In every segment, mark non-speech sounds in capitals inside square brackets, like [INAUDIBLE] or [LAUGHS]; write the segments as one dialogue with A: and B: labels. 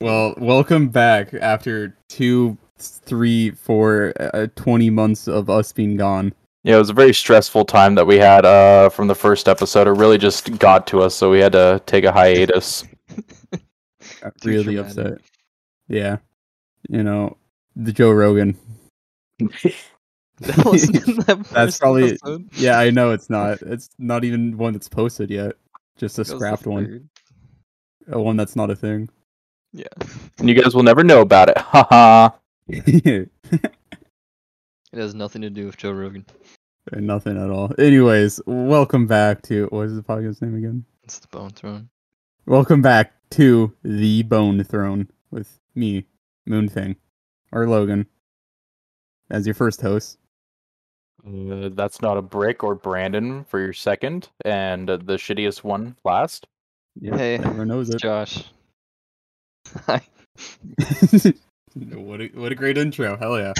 A: Well, welcome back after two, three, four, uh, 20 months of us being gone.
B: Yeah, it was a very stressful time that we had uh, from the first episode. It really just got to us, so we had to take a hiatus.
A: I'm Uh, really
C: traumatic.
A: upset. Yeah. You know, the Joe Rogan.
C: [LAUGHS] That wasn't [LAUGHS] in that
A: That's
C: first
A: probably-
C: episode.
A: [LAUGHS] Yeah, I know it's not. It's not even one that's posted yet. Just a
C: That was the
A: scrapped one.
C: third.
A: A one that's not a thing. [LAUGHS]
C: Yeah,
B: And you guys will never know about it. [LAUGHS] Haha.
C: it has nothing to do with Joe Rogan.
A: Nothing at all. Anyways, welcome back to what is the podcast name again?
C: It's the Bone Throne.
A: Welcome back to the Bone Throne with me, Moon Thing, or Logan, as your first host.
B: Uh, that's not a brick or Brandon for your second, and uh, the shittiest one last.
A: Yeah,
C: Hey.
A: everyone knows
C: It's
A: it.
C: Josh. Hi. [LAUGHS]
A: [LAUGHS] what a, what a great intro! Hell yeah,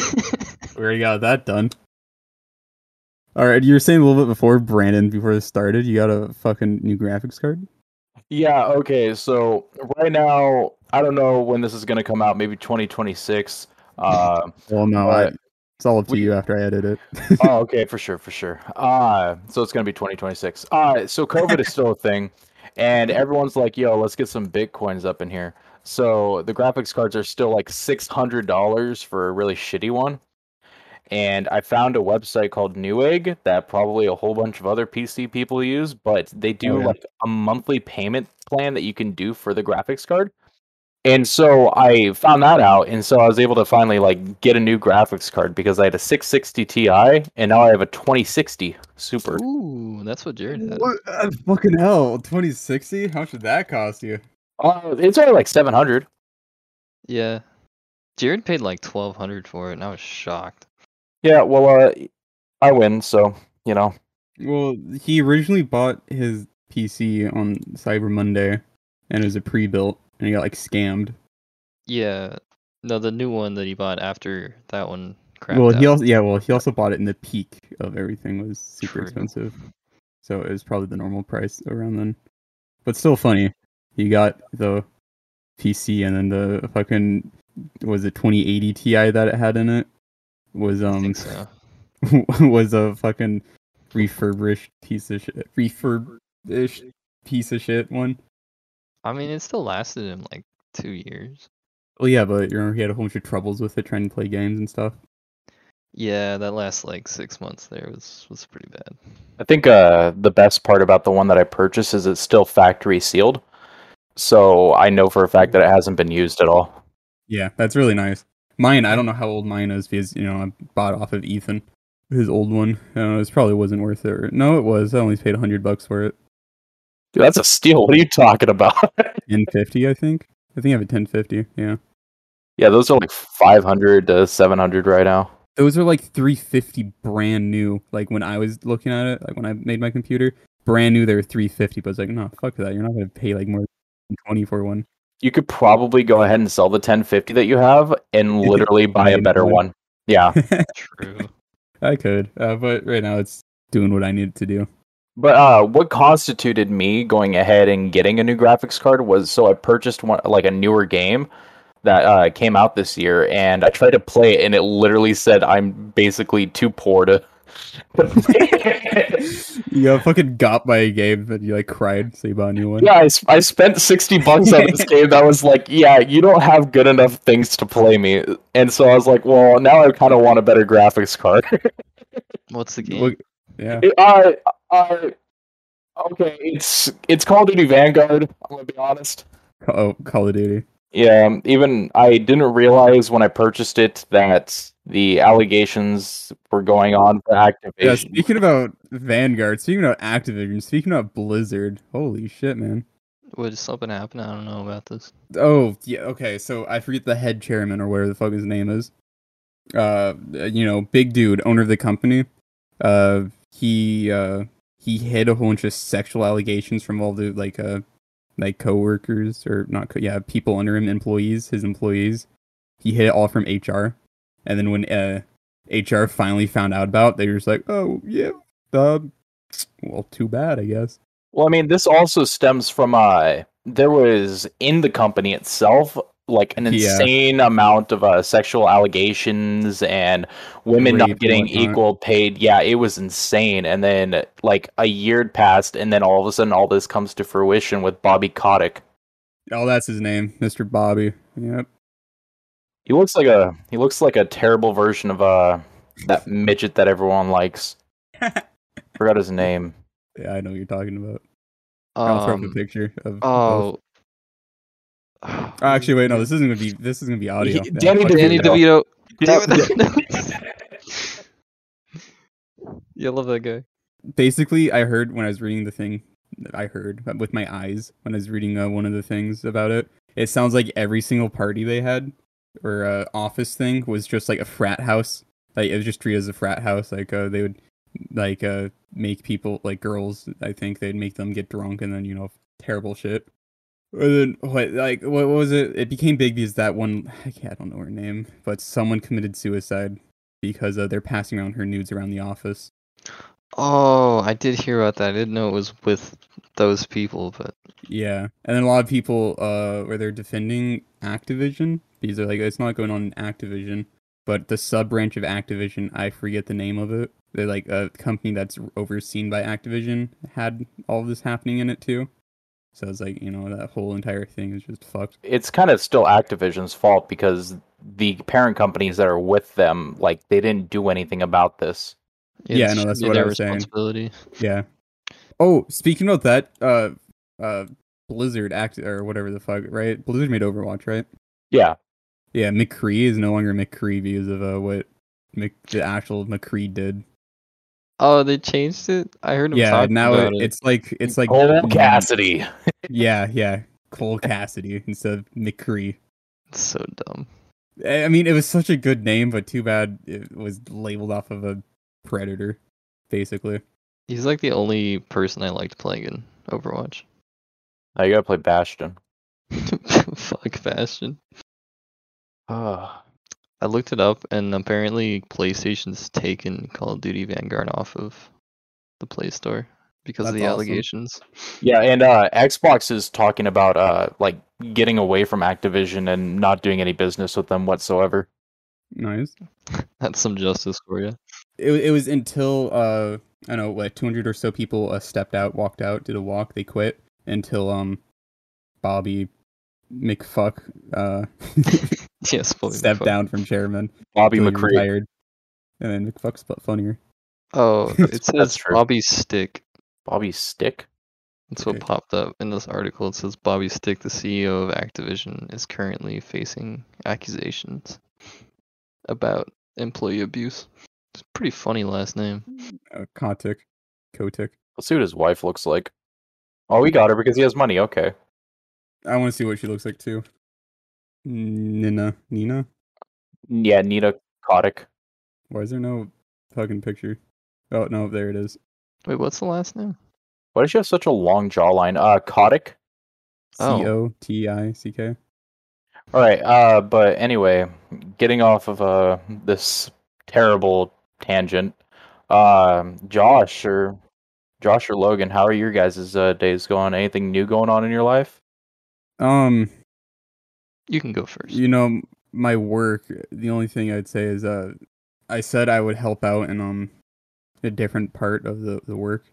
A: we already got that done. All right, you were saying a little bit before Brandon before this started. You got a fucking new graphics card.
B: Yeah, okay. So right now, I don't know when this is going to come out, maybe 2026. Uh,
A: Well, no, I,
B: Alright.
A: it's all up to
B: We-
A: you after I edit it.
B: [LAUGHS] oh, okay, for sure, for sure. Uh, so it's gonna be 2026. Uh, so COVID is still a thing, and everyone's like, "Yo, let's get some bitcoins up in here." So the graphics cards are still like six hundred dollars for a really shitty one, and I found a website called Newegg that probably a whole bunch of other PC people use, but they do
A: Oh, yeah.
B: like a monthly payment plan that you can do for the graphics card. And so I found that out, and so I was able to finally like get a new graphics card because I had a 660 Ti, and now I have a 2060 Super.
C: Ooh, that's what Jared had.
A: What, uh, fucking hell, twenty sixty? How much did that cost you?
B: Uh, it's only like 700.
C: Yeah. Jared paid like twelve hundred for it, and I was shocked.
B: Yeah, well, uh, I win, so you know.
A: Well, he originally bought his PC on Cyber Monday, and it was a pre-built, and he got like scammed.
C: Yeah. No, the new one that he bought after that one crap.
A: well, he
C: out.
A: also yeah, well he also bought it in the peak of everything was super
C: True.
A: expensive, so it was probably the normal price around then. But still funny, you got the PC and then the fucking was it 2080 Ti that it had in it was
C: I
A: um
C: think so.
A: [LAUGHS] was a fucking refurbished piece of shit refurbished piece of shit one.
C: I mean, it still lasted him like two years.
A: Well, yeah, but you remember he had a whole bunch of troubles with it trying to play games and stuff.
C: Yeah, that last like six months there was was pretty bad.
B: I think uh, the best part about the one that I purchased is it's still factory sealed, so I know for a fact that it hasn't been used at all.
A: Yeah, that's really nice. Mine, I don't know how old mine is because you know I bought off of Ethan, his old one. Uh, it probably wasn't worth it. or- No, it was. I only paid hundred bucks for it.
B: Dude, that's a steal. What are you talking about? [LAUGHS]
A: Ten fifty, I think. I think I have a ten fifty. Yeah,
B: yeah, those are like 500 to 700 right now.
A: those are like three fifty brand new. Like when I was looking at it, like when I made my computer, brand new they were three fifty. But I was like, no, fuck that. You're not gonna pay like more than twenty for one. [LAUGHS]
B: you could probably go ahead and sell the 1050 that you have and literally buy a
A: Made
B: better
A: one.
B: one. Yeah.
C: True.
A: I could, uh, but right now it's doing what I need it to do.
B: But uh, what constituted me going ahead and getting a new graphics card was so I purchased one like a newer game that uh, came out this year and I tried to play it and it literally said I'm basically too poor to [LAUGHS] to play it."
A: You got fucking got by a game that you like cried, so you bought a new one.
B: Yeah, I, s- I spent 60 bucks on [LAUGHS] this game that was like, yeah, you don't have good enough things to play me. And so I was like, well, now I kind of want a better graphics card.
C: [LAUGHS] What's the game?
A: Look- yeah.
B: It- uh, uh, okay, it's it's Call of Duty Vanguard. I'm gonna be honest.
A: Oh, Call of Duty.
B: Yeah, um, even I didn't realize when I purchased it that the allegations were going on for
A: Yeah,
B: activation.
A: speaking about Vanguard, speaking about Activision, speaking about Blizzard, holy shit, man.
C: Would something happen? I don't know about this.
A: Oh, yeah, okay, so I forget the head chairman or whatever the fuck his name is. Uh, you know, big dude, owner of the company. Uh, he, uh, he hid a whole bunch of sexual allegations from all the, like, uh, like coworkers or not, co- yeah, people under him, employees, his employees. He hid it all from HR. And then when, uh, HR finally found out about, they were just like, oh, yeah, uh, well, too bad, I guess.
B: Well, I mean, this also stems from uh, there was in the company itself like an
A: Yeah.
B: insane amount of uh, sexual allegations and women
A: Rape
B: not
A: and
B: getting
A: whatnot.
B: equal paid. Yeah, it was insane. And then like a year had passed, and then all of a sudden, all this comes to fruition with Bobby Kotick.
A: Oh, that's his name, Mr. Bobby. Yep.
B: He looks like a he looks like a terrible version of uh that midget that
A: [LAUGHS]
B: everyone likes. Forgot his name.
A: Yeah, I know what you're talking about. I'll throw up a
C: Um,
A: picture of. both.
C: oh.
A: Oh, [SIGHS] actually, wait, no. This isn't gonna be. This is gonna be audio.
B: He-
A: Yeah,
B: Danny
A: fuck
C: [SIGHS] Danny
A: it.
C: DeVito.
B: Yeah, [LAUGHS]
C: [LAUGHS] yeah, I love that guy.
A: Basically, I heard when I was reading the thing. I heard with my eyes when I was reading uh, one of the things about it. It sounds like every single party they had or uh, office thing was just like a frat house. Like it was just treated as a frat house. Like uh, they would like uh, make people like girls. I think they'd make them get drunk and then you know terrible shit. And then what? Like what, what was it? It became big because that one. I, can't, I don't know her name, but someone committed suicide because uh, they're passing around her nudes around the office.
C: Oh, I did hear about that. I didn't know it was with those people, but
A: Yeah, and then a lot of people uh where they're defending Activision because they're like it's not going on in Activision, but the sub branch of Activision, I forget the name of it. They're like a company that's overseen by Activision had all this happening in it too. So it's like you know that whole entire thing is just fucked.
B: it's kind of still Activision's fault because the parent companies that are with them, like they didn't do anything about this.
A: Yeah,
C: it
A: no, that's
C: should be
A: what I
C: their
A: was saying.
C: responsibility.
A: Yeah. Oh, speaking about that, uh, uh, Blizzard act or whatever the fuck, right? Blizzard made Overwatch, right?
B: Yeah,
A: Yeah, McCree is no longer McCree because of uh, what Mc- the actual McCree did.
C: Oh, they changed it. I heard him
A: Yeah,
C: talking
A: now
C: about
A: it,
C: it.
A: it's like it's like
B: Cole Cassidy.
A: Yeah, yeah, Cole Cassidy instead of McCree.
C: It's so dumb.
A: I I mean, it was such a good name, but too bad it was labeled off of a predator, basically.
C: He's like the only person I liked playing in Overwatch.
B: Now Oh, you gotta play Bastion.
C: [LAUGHS] Fuck Bastion.
B: Ah,
C: I looked it up, and apparently PlayStation's taken Call of Duty Vanguard off of the Play Store because of
A: That's
C: the
A: awesome.
C: allegations.
B: yeah, and uh, Xbox is talking about uh, like getting away from Activision and not doing any business with them whatsoever.
A: Nice.
C: That's some justice for you.
A: It it was until uh I don't know what two hundred or so people uh, stepped out, walked out, did a walk, they quit until um Bobby McFuck uh
C: [LAUGHS]
A: [LAUGHS]
C: Yes, Bobby
A: stepped
C: McFerrin.
A: down from chairman.
B: Bobby
A: until he
B: McCree.
A: retired. And then McFuck's fu- funnier. [LAUGHS]
C: Oh, it
B: That's
C: says
B: true.
C: Bobby Stick.
B: Bobby Stick.
C: That's what
A: Okay.
C: popped up in this article. It says Bobby Stick, the CEO of Activision, is currently facing accusations about employee abuse. It's a pretty funny last name.
A: Uh, Kotick. Kotick.
B: Let's see what his wife looks like. Oh, we got her because he has money. Okay.
A: I want to see what she looks like too. Nina, Nina.
B: Yeah, Nita Kotick.
A: Why is there no fucking picture? Oh no, there it is.
C: Wait, what's the last name?
B: Why does she have such a long jawline? Uh, Kotick.
A: C
C: Oh.
A: O T I C K.
B: All right, uh, but anyway, getting off of uh this terrible tangent, um, Josh or Josh or Logan, how are your guys' uh, days going? Anything new going on in your life?
A: Um,
C: You can go first.
A: you know, my work. The only thing I'd say is, uh, I said I would help out in um a different part of the the work,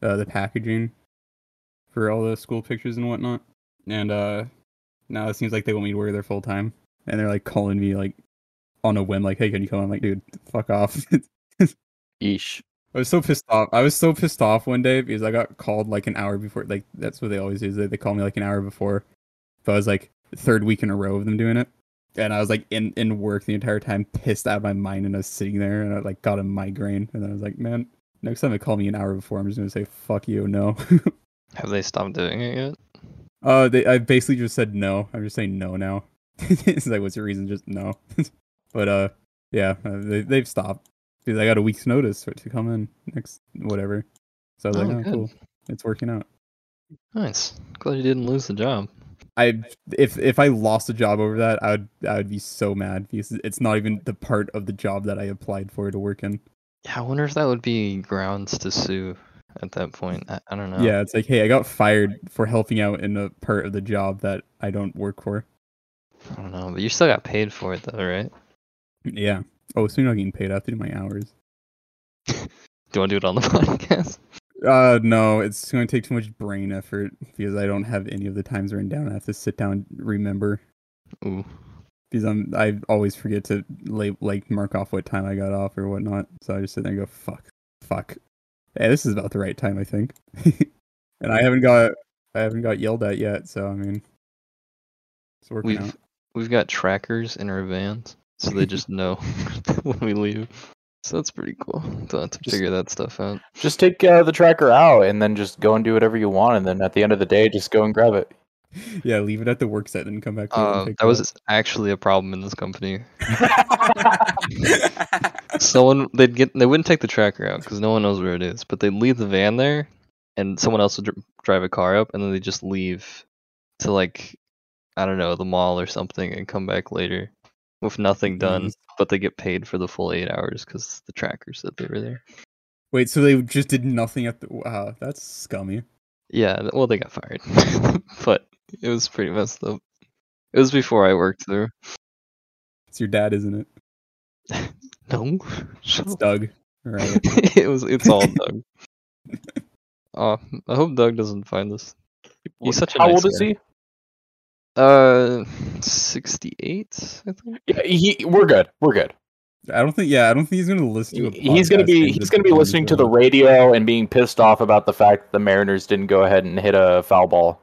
A: uh, the packaging for all the school pictures and whatnot. And uh, now it seems like they want me to wear there full time, and they're like calling me like on a whim, like, "Hey, can you come?" I'm like, "Dude, fuck off." [LAUGHS]
B: Yeesh.
A: I was so pissed off. I was so pissed off one day because I got called like an hour before. Like that's what they always do. is They, they call me like an hour before. But I was like third week in a row of them doing it, and I was like in in work the entire time, pissed out of my mind, and I was sitting there and I like got a migraine, and I was like, man, next time they call me an hour before, I'm just gonna say fuck you, no.
C: Have they stopped doing it yet?
A: uh, they I basically just said no. I'm just saying no now. [LAUGHS] it's like what's your reason? Just no. [LAUGHS] but uh, yeah, uh, they they've stopped because I got a week's notice for, to come in next whatever. So I was
C: Oh,
A: like, oh,
C: good.
A: cool it's working out.
C: Nice. Glad you didn't lose the job.
A: I if if I lost a job over that, I would I would be so mad because it's not even the part of the job that I applied for to work in.
C: Yeah, I wonder if that would be grounds to sue at that point. I, I don't know.
A: Yeah, it's like, hey, I got fired for [CLEARS THROAT] helping out in a part of the job that I don't work for.
C: I don't know, but you still got paid for it though, right?
A: Yeah. Oh, so you're not getting paid. I have to do my hours.
C: Do you want to do it on the [LAUGHS] podcast?
A: Uh, no, it's going to take too much brain effort because I don't have any of the times written down. I have to sit down, and remember
C: Ooh,
A: because I'm I always forget to la- like mark off what time I got off or whatnot. So I just sit there and go fuck, fuck. Hey, this is about the right time, I think. [LAUGHS] and I haven't got I haven't got yelled at yet. So I mean, it's working
C: we've
A: out. [LAUGHS]
C: we've got trackers in our vans, so they just know [LAUGHS] when we leave. So that's pretty cool. Don't have to
B: Just-
C: figure that stuff out.
B: Just take uh, the tracker out and then just go and do whatever you want. And then at the end of the day, just go and grab it.
A: Yeah, leave it at the work set and come back. to it and
C: Uh,
A: pick
C: that
A: it
C: was actually a problem in this company.
A: up.
C: Someone they'd get they wouldn't take the tracker out because no one knows where it is, but they'd leave the van there, and someone else would dr- drive a car up, and then they just leave to like I don't know the mall or something, and come back later with nothing done,
A: Nice.
C: but they get paid for the full eight hours because the tracker said they were there.
A: Wait, so they just did nothing at the wow? That's scummy.
C: Yeah, th- well they got fired, [LAUGHS] but it was pretty messed up. It was before I worked there.
A: It's your dad, isn't it?
C: No, shut
A: It's
C: up.
A: Doug. All right.
C: [LAUGHS] it was it's all Doug. Oh, I hope Doug doesn't find this. He's such a
B: How
C: nice
B: old is
C: guy.
B: he?
C: Uh, sixty-eight, I think.
B: Yeah, he. We're good. We're good.
A: I don't think. Yeah, I don't think he's gonna listen to a.
B: He's gonna
A: podcast
B: be.
A: and
B: He's
A: just
B: gonna be
A: continue
B: listening to the
A: going.
B: radio and being pissed off about the fact that the Mariners didn't go ahead and hit a foul ball.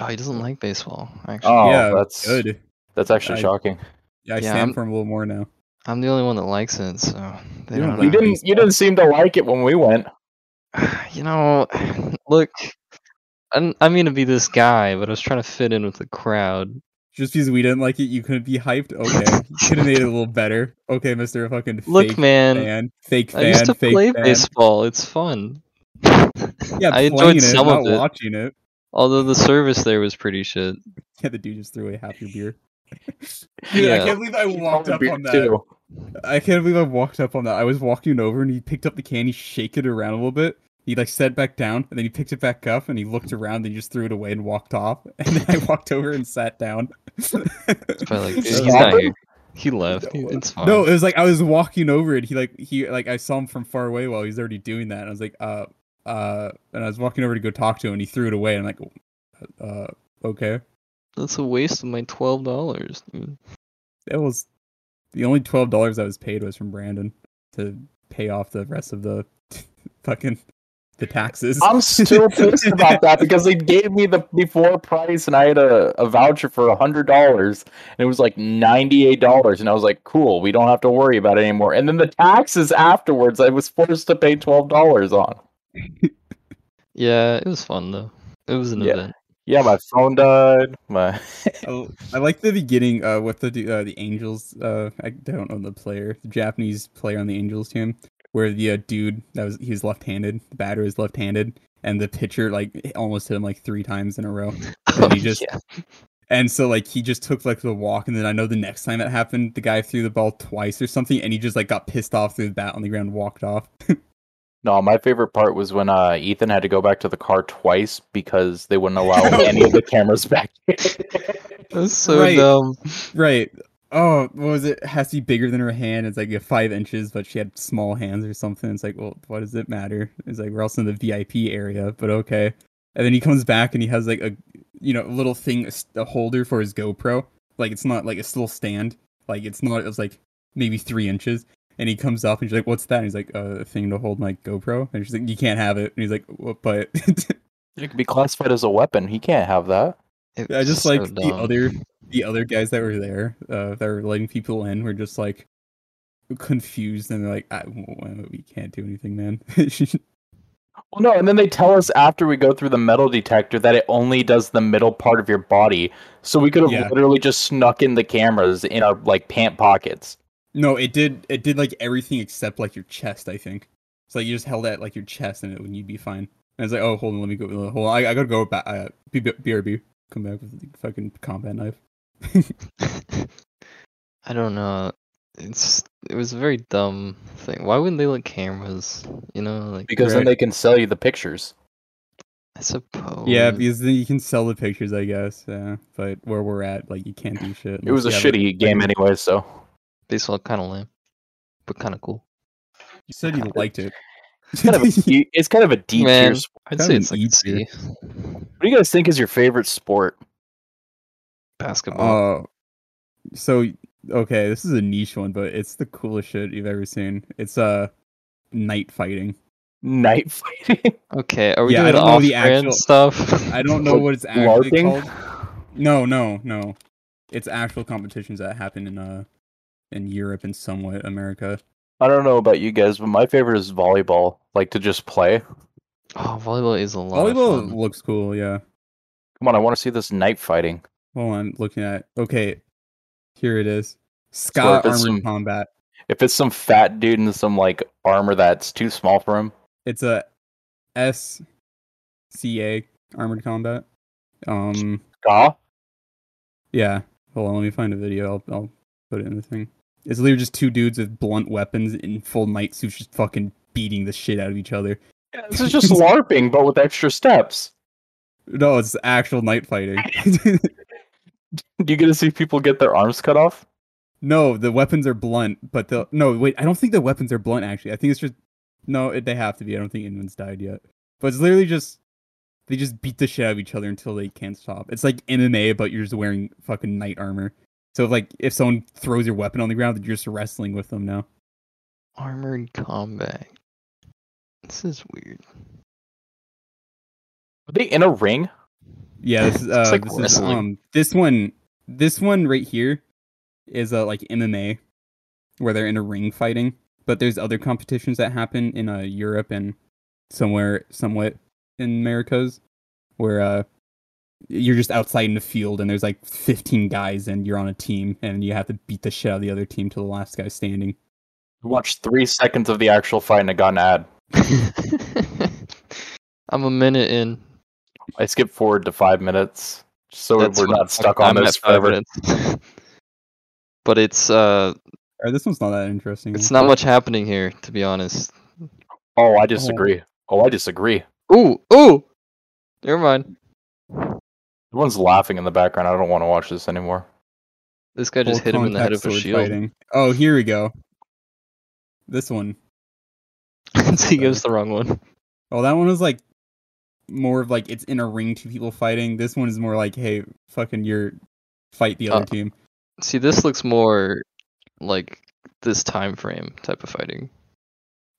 C: Oh, he doesn't like baseball. Actually,
B: Oh,
A: yeah,
B: that's
A: good.
B: that's actually
A: I-
B: shocking.
A: Yeah, I
C: Yeah,
A: stand
C: I'm-
A: for him a little more now.
C: I'm the only one that likes it, so they
A: You don't
C: don't.
A: like
B: You
C: know.
B: didn't. You didn't seem to like it when we went.
C: [SIGHS] You know, look, I didn't- I mean to be this guy, but I was trying to fit in with the crowd.
A: Just because we didn't like it, you couldn't be hyped.
C: [LAUGHS]
A: Okay, you could have made it a little better. Okay, Mister Fucking
C: Look,
A: fake
C: man,
A: fan, fake fan,
C: I used to
A: fake
C: play
A: fan.
C: baseball. It's fun. [LAUGHS]
A: Yeah,
C: I
A: playing
C: enjoyed
A: it,
C: some
A: not
C: of it,
A: watching it. [LAUGHS]
C: although the service there was pretty shit.
A: Yeah, the dude just threw away half your beer. Dude, I
C: Yeah.
A: can't believe I walked up on that.
B: Too.
A: I can't believe I walked up on that. I was walking over and he picked up the can, he shake it around a little bit. He like set it back down and then he picked it back up and he looked around and he just threw it away and walked off. [LAUGHS] And then I walked over and sat down.
C: Probably
A: [LAUGHS]
C: like, dude,
B: Just
C: he's not
B: happened?
C: here. He left.
A: No, uh,
C: It's fine.
A: no, it was like I was walking over and he like he like I saw him from far away while he was already doing that and I was like uh uh and I was walking over to go talk to him and he threw it away and I'm like uh okay.
C: That's a waste of my twelve dollars.
A: That was the only twelve dollars I was paid was from Brandon to pay off the rest of the [LAUGHS] fucking the taxes.
B: [LAUGHS] I'm still
A: [LAUGHS]
B: pissed about that because they gave me the before price and I had a, a voucher for a hundred dollars and it was like ninety eight dollars and I was like, cool, we don't have to worry about it anymore. And then the taxes afterwards, I was forced to pay twelve dollars on.
C: Yeah, it was fun though. It was an
B: Yeah.
C: event.
B: Yeah, my phone died. My [LAUGHS]
A: I, I like the beginning uh, with the du- uh, the Angels. Uh, I don't know the player, the Japanese player on the Angels team, where the uh, dude that was he was left-handed, the batter was left-handed, and the pitcher like almost hit him like three times in a row. [LAUGHS] And he just-
C: yeah.
A: And so like he just took like the walk, and then I know the next time it happened, the guy threw the ball twice or something, and he just like got pissed off, threw the bat on the ground, and walked off.
B: no, my favorite part was when uh, Ethan had to go back to the car twice because they wouldn't allow any of the cameras back.
C: It was so
A: Right.
C: dumb.
A: right. Oh, what was it? Has to be bigger than her hand. It's like yeah, five inches, but she had small hands or something. It's like, well, what does it matter? It's like we're also in the VIP area, but okay. And then he comes back and he has like a, you know, little thing, a s- a holder for his GoPro. Like it's not like a little stand. Like it's not. It's like maybe three inches. And he comes up and she's like, "What's that?" And he's like, uh, "A thing to hold my GoPro." And she's like, "You can't have it." And he's like, "What?" But [LAUGHS]
B: It could be classified as a weapon. He can't have that.
C: It
A: I
C: was
A: just
C: so
A: like the
C: dumb.
A: other the other guys that were there uh, that were letting people in were just like confused and they're like, I, well, "We can't do anything, man." [LAUGHS]
B: Well, no, and then they tell us after we go through the metal detector that it only does the middle part of your body. So we could have
A: Yeah.
B: literally just snuck in the cameras in our like pant pockets.
A: no, it did it did like everything except like your chest. I think so. Like, you just held at like your chest and it would you'd be fine. And it's like, "Oh, hold on, let me go. Hold on, I, I gotta go back. Uh, B- B- BRB, come back with the fucking combat knife."
C: [LAUGHS] I don't know. It's it was a very dumb thing. Why wouldn't they let cameras? You know, like
B: Because then
A: Right.
B: they can sell you the pictures.
C: I
B: Oh,
C: suppose.
A: Yeah, because then you can sell the pictures, I guess. Yeah, but where we're at, like you can't do shit.
B: It was a
A: Yeah, but-
B: shitty game
A: [LAUGHS]
B: anyway, so
C: baseball kind of lame, but kind of cool.
A: You said you liked it.
B: it's kind of
A: [LAUGHS]
B: a D- it's kind of a D tier
C: Man.
B: sport.
C: I'd
A: Kind
C: say
A: of
C: it's
A: an
C: like a
A: E
C: C.
B: What do you guys think is your favorite sport?
C: Basketball.
A: Oh, so okay, this is a niche one, but it's the coolest shit you've ever seen. It's uh night fighting.
B: Night [LAUGHS] fighting.
C: okay, are we
A: yeah, I
C: doing
A: don't know the
C: off-brand
A: actual-
C: stuff?
A: I don't know
B: Like
A: what it's actually
B: LARPing?
A: Uh, called. No, no, no. It's actual competitions that happen in uh in Europe and somewhat America.
B: I don't know about you guys, but my favorite is volleyball. Like to just play.
C: [LAUGHS] Oh, volleyball is a lot. of
A: Volleyball
C: fun.
A: looks cool, yeah.
B: Come on, I want to see this night fighting.
A: Well, I'm looking at okay. Here it is. Ska
B: if it's
A: armored
B: some-
A: combat.
B: If it's some fat dude in some like armor that's too small for him,
A: It's a S C A armored combat. Um
B: Gah?
A: Yeah. Hold on, let me find a video. I'll, I'll put it in the thing. It's literally just two dudes with blunt weapons in full night suits just fucking beating the shit out of each other.
B: Yeah, this is just LARPing, but with extra steps.
A: No, it's actual night fighting. [LAUGHS]
B: Do you get to see people get their arms cut off?
A: no, the weapons are blunt, but the no, wait, I don't think the weapons are blunt actually. I think it's just no, it, they have to be. I don't think anyone's died yet. But it's literally just they just beat the shit out of each other until they can't stop. It's like MMA, but you're just wearing fucking knight armor. So like if someone throws your weapon on the ground, you're just wrestling with them now.
C: Armored combat. This is
A: [LAUGHS]
C: weird. [LAUGHS]
B: Are they in a ring?
A: Yeah, this is,
C: It's
A: uh,
C: like
A: this, is
C: wrestling.
A: um, this one. This one right here is uh, like MMA, where they're in a ring fighting. But there's other competitions that happen in uh, Europe and somewhere, somewhat in Americas, where uh, you're just outside in the field and there's like 15 guys and you're on a team and you have to beat the shit out of the other team till the last guy standing.
B: Watch three seconds of the actual fight and I got an ad.
C: I'm a minute in.
B: I skip forward to five minutes just so
C: That's
B: we're
C: what-
B: not stuck on
C: I'm at
B: this
C: five
B: forever.
C: minutes. [LAUGHS] but it's uh,
A: Or this one's not that interesting.
C: it's not much happening here, to be honest.
B: Oh, I disagree. Oh, I disagree.
C: Ooh, ooh. Never mind.
B: Everyone's laughing in the background. I don't want to watch this anymore.
C: This guy just
A: Full
C: hit him in the head
A: contact
C: with a
A: sword
C: shield. [LAUGHS]
A: fighting. Oh, here we go. This one.
C: so he gives the wrong one.
A: Oh, that one was like more of like it's in a ring, two people fighting. This one is more like, hey, fucking, you're fight the other
C: Uh,
A: team.
C: See, this looks more like this time frame type of fighting.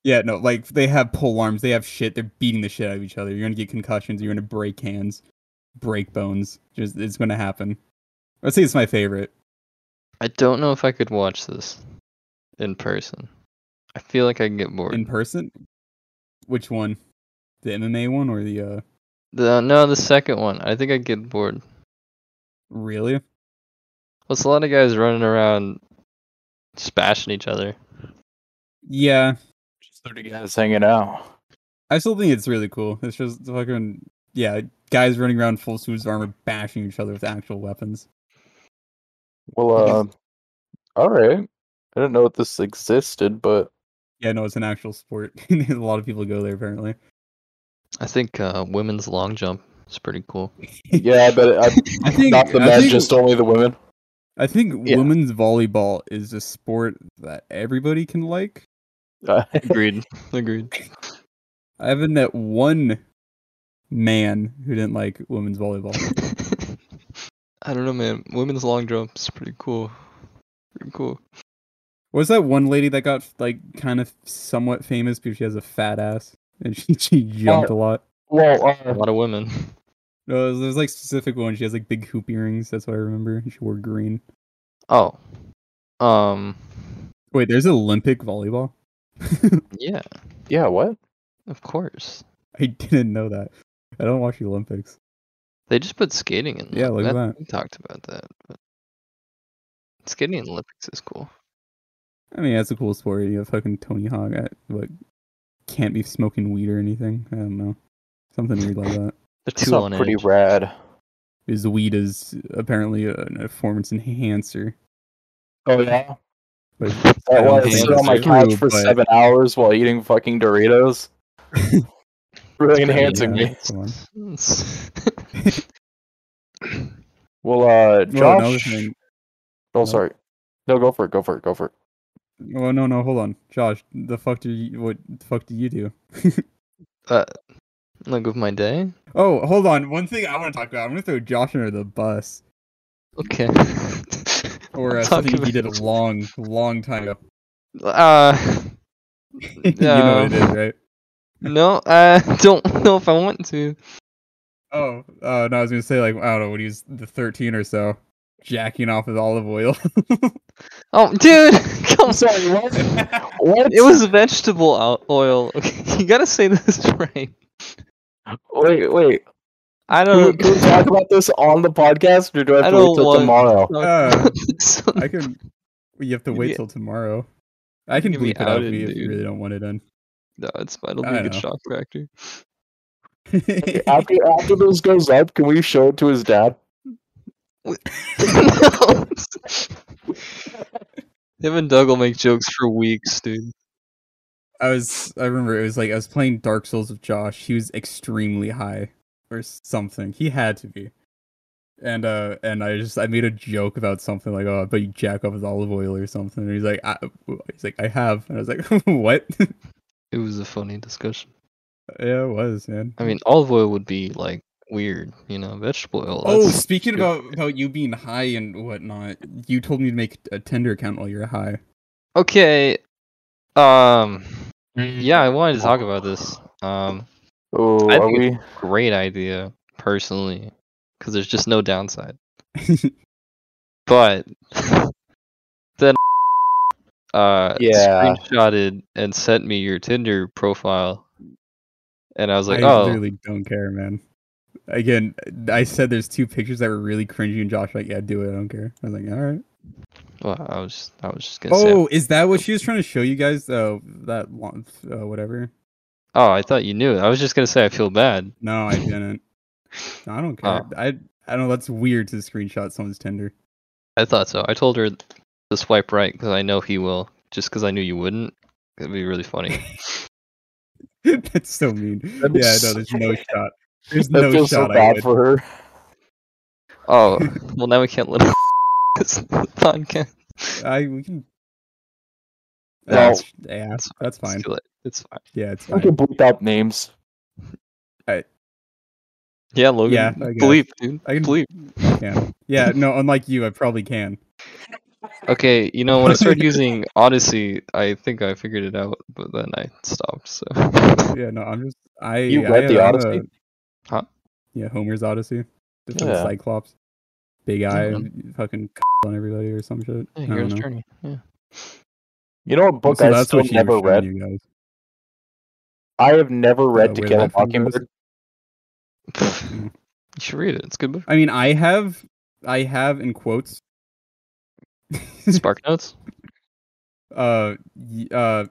A: Yeah, no, like they have pole arms, they have shit, they're beating the shit out of each other. You're gonna get concussions, you're gonna break hands, break bones. Just it's gonna happen. I'd say it's my favorite.
C: I don't know if I could watch this in person. I feel like I can get bored.
A: In person? Which one? The MMA one or the uh
C: The, no, the second one. I think I get bored.
A: really?
C: What's a lot of guys running around, just bashing each other.
A: Yeah.
B: Just 30 guys hanging out.
A: I still think it's really cool. It's just fucking yeah, guys running around full suits of armor bashing each other with actual weapons.
B: [LAUGHS] Well, uh, all right. I didn't know that this existed, but
A: Yeah, no, it's an actual sport. [LAUGHS] a lot of people go there apparently.
C: I think uh, women's long jump is pretty [LAUGHS] cool.
B: yeah, I bet it, I,
A: I think
B: not the
A: I
B: men,
A: think-
B: just only the women.
A: [LAUGHS] I think
B: Yeah.
A: women's volleyball is a sport that everybody can like.
B: Uh,
C: [LAUGHS] Agreed. Agreed.
A: I haven't met one man who didn't like women's
C: [LAUGHS]
A: volleyball.
C: [LAUGHS] I don't know, man. Women's long jump is pretty cool. Pretty cool.
A: Was that one lady that got like kind of somewhat famous because she has a fat ass and [LAUGHS] she, she jumped a lot?
B: well, [LAUGHS]
C: A
B: uh,
C: lot of women.
A: No, there's, there's like specific one. She has like big hoop earrings. That's what I remember. She wore green.
C: Oh. Um.
A: Wait, there's Olympic volleyball. [LAUGHS]
C: Yeah.
B: yeah, what?
C: Of course.
A: I didn't know that. I don't watch the Olympics.
C: They just put skating in.
A: Yeah,
C: like
A: look at that.
C: We talked about that. But skating in the Olympics is cool.
A: I mean, that's a cool sport. You have fucking Tony Hawk, at, like, can't be smoking weed or anything. I don't know, something weird like
C: [LAUGHS]
A: that.
C: They're
B: It's
C: too on
B: pretty
C: edge.
B: rad.
A: Is weed is apparently a, a performance enhancer.
B: Oh yeah,
A: But I
B: that
A: don't
B: was
A: think
B: sit
A: that's
B: on my
A: true,
B: couch for
A: but [LAUGHS]
B: seven hours while eating fucking Doritos. really
A: pretty
B: enhancing
A: bad.
B: me.
C: [LAUGHS] me.
B: [LAUGHS] Well,
A: [LAUGHS] Well, no,
B: uh, Josh.
A: listen,
B: oh,
A: no.
B: sorry. No, go for it. Go for it. Go for it.
A: well, no, no, hold on, Josh. The fuck did you? What the fuck did you do?
C: Like with my day?
A: Oh, hold on. One thing I want to talk about. I'm gonna throw Josh under the bus
C: Okay.
A: [LAUGHS] or uh,
C: Talk
A: something he
C: about-
A: did a long, long time ago. [LAUGHS]
C: Uh,
A: you know what it is,
C: No.
A: right?
C: no, I [LAUGHS] don't know if I want to.
A: Oh, uh, no, I was gonna say like I don't know when he was the 13 or so, jacking off with olive
C: [LAUGHS]
A: oil.
C: Oh, dude, [LAUGHS] come
B: sorry, what? What?
C: It was vegetable o- oil. Okay, [LAUGHS] you gotta say this right.
B: Wait, wait.
C: I
B: Can we,
C: don't.
B: can we
C: [LAUGHS]
B: talk about this on the podcast, or do I have
C: I
B: to wait
C: don't
B: till
C: want-
B: tomorrow?
C: [LAUGHS]
A: Uh,
C: So-
A: I can. You have to
C: You'd
A: wait
C: be-
A: till tomorrow. I can
C: you'd be
A: bleep it out
C: outed,
A: if you- if you
C: dude.
A: really don't want it in.
C: no, it's fine. It'll
A: I
C: be a good
A: know.
C: shock factor.
A: [LAUGHS]
B: After after this goes up, can we show it to his dad?
A: [LAUGHS]
C: [LAUGHS] Him and Doug will make jokes for weeks, dude.
A: I was. I remember it was like I was playing Dark Souls with Josh. He was extremely high or something. He had to be. And uh, and I just I made a joke about something like, oh, but you jack off with olive oil or something. And he's like, I, he's like, I have. And I was like, [LAUGHS] what?
C: It was a funny discussion.
A: yeah, it was, man.
C: I mean, olive oil would be like weird, you know. Vegetable oil.
A: Oh,
C: that's
A: speaking
C: good.
A: about about you being high and whatnot, you told me to make a Tinder account while you're
B: [LAUGHS]
A: high.
C: Okay. Um. Yeah, I wanted to talk
A: Mm-hmm.
C: about this. Um.
B: Oh,
C: I
B: are
C: think
B: we?
C: great idea personally because there's just no downside but [LAUGHS] then uh
B: Yeah.
C: screenshotted and sent me your tinder profile and i was like
A: I
C: oh
A: literally don't care, man. Again, I said there's two pictures that were really cringy, and Josh like, yeah, do it. I don't care. I was like, all right.
C: well, i was just i was just gonna say
A: Oh, is that what she was trying to show you guys? Though that one, uh, whatever.
C: oh i thought you knew it. i was just gonna say i feel bad
A: No, I didn't. No, I don't
B: Oh.
A: care. I I don't know. That's weird to screenshot someone's Tinder. [LAUGHS]
C: i thought so i told her to swipe right because i know he will just because i knew you wouldn't it'd be really funny
A: that's so mean. Yeah,
B: That'd be
A: no,
B: so-
A: there's no
B: [LAUGHS]
A: shot. There's no
B: That
A: shot.
B: feels so
A: I
B: bad
A: would.
B: for her.
A: [LAUGHS]
C: oh well now we can't let him [LAUGHS] this podcast
A: I we can.
B: No.
A: That's, yeah,
C: That's
A: that's
C: it's
A: fine.
C: too late. it's fine
A: Yeah, it's
B: I
A: fine.
B: can bleep out names.
C: yeah logan
A: Yeah, I guess.
C: bleep dude
A: I can
C: bleep
A: Yeah. yeah, no, unlike you, I probably can.
C: Okay, you know when I
A: [LAUGHS]
C: started using Odyssey, I think I figured it out, but then I stopped. So [LAUGHS]
A: Yeah, no, I'm just I.
B: You
A: I,
B: read the
A: I'm
B: Odyssey?
C: Huh?
A: Yeah, Homer's Odyssey. The fucking
B: Yeah.
A: Cyclops, big eye,
C: Mhm.
A: and fucking [LAUGHS] on everybody or some shit. I
C: yeah,
A: don't
C: hero's
A: know.
C: journey. Yeah.
B: You know what book
A: So
B: I
A: that's
B: still
A: what she was
B: never
A: showing
B: read?
A: You guys.
B: I have never read
A: Uh,
B: To
A: where
B: Kill a
A: that from
B: Mockingbird.
A: Mm.
C: [LAUGHS] you should read it. It's a good book.
A: I mean, I have, I have in quotes. [LAUGHS]
C: Spark Notes.
A: uh, y- uh,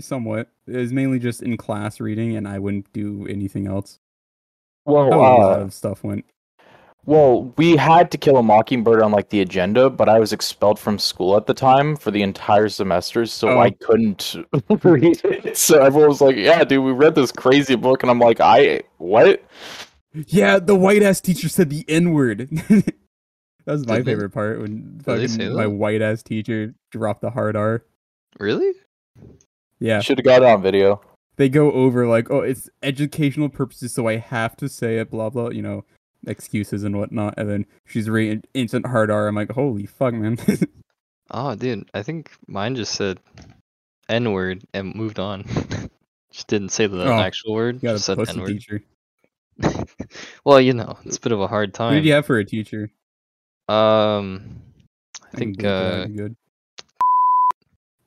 A: somewhat. It was mainly just in class reading, and I wouldn't do anything else.
B: Well,
C: Oh,
A: How a
B: uh,
A: lot of stuff went.
B: Well, we had to kill a mockingbird on like the agenda, but I was expelled from school at the time for the entire semester, so
A: Oh.
B: I couldn't read it. [LAUGHS] So everyone was like, "Yeah, dude, we read this crazy book," and I'm like, "I what?"
A: Yeah, the white ass teacher said the N word. [LAUGHS] that was my
C: Did they?
A: favorite part when
C: they say
A: fucking my
C: that?
A: white ass teacher dropped the hard R.
C: Really?
A: Yeah,
B: Should have got it on video.
A: they go over like, oh, it's educational purposes, so I have to say it, blah blah, you know, excuses and whatnot. And then she's reading instant hard R. I'm like, holy fuck, man. [LAUGHS]
C: Oh, dude, I think mine just said N word and moved on. [LAUGHS] just didn't say the
A: Oh,
C: actual word.
A: you got
C: Just
A: a
C: said
A: pussy
C: N word.
A: teacher.
C: [LAUGHS] well, you know, it's a bit of a hard
A: Who did
C: time.
A: you have for a teacher?
C: Um, I
A: can
C: think
A: bleep it out,
C: uh,
A: you
C: [LAUGHS]
A: good.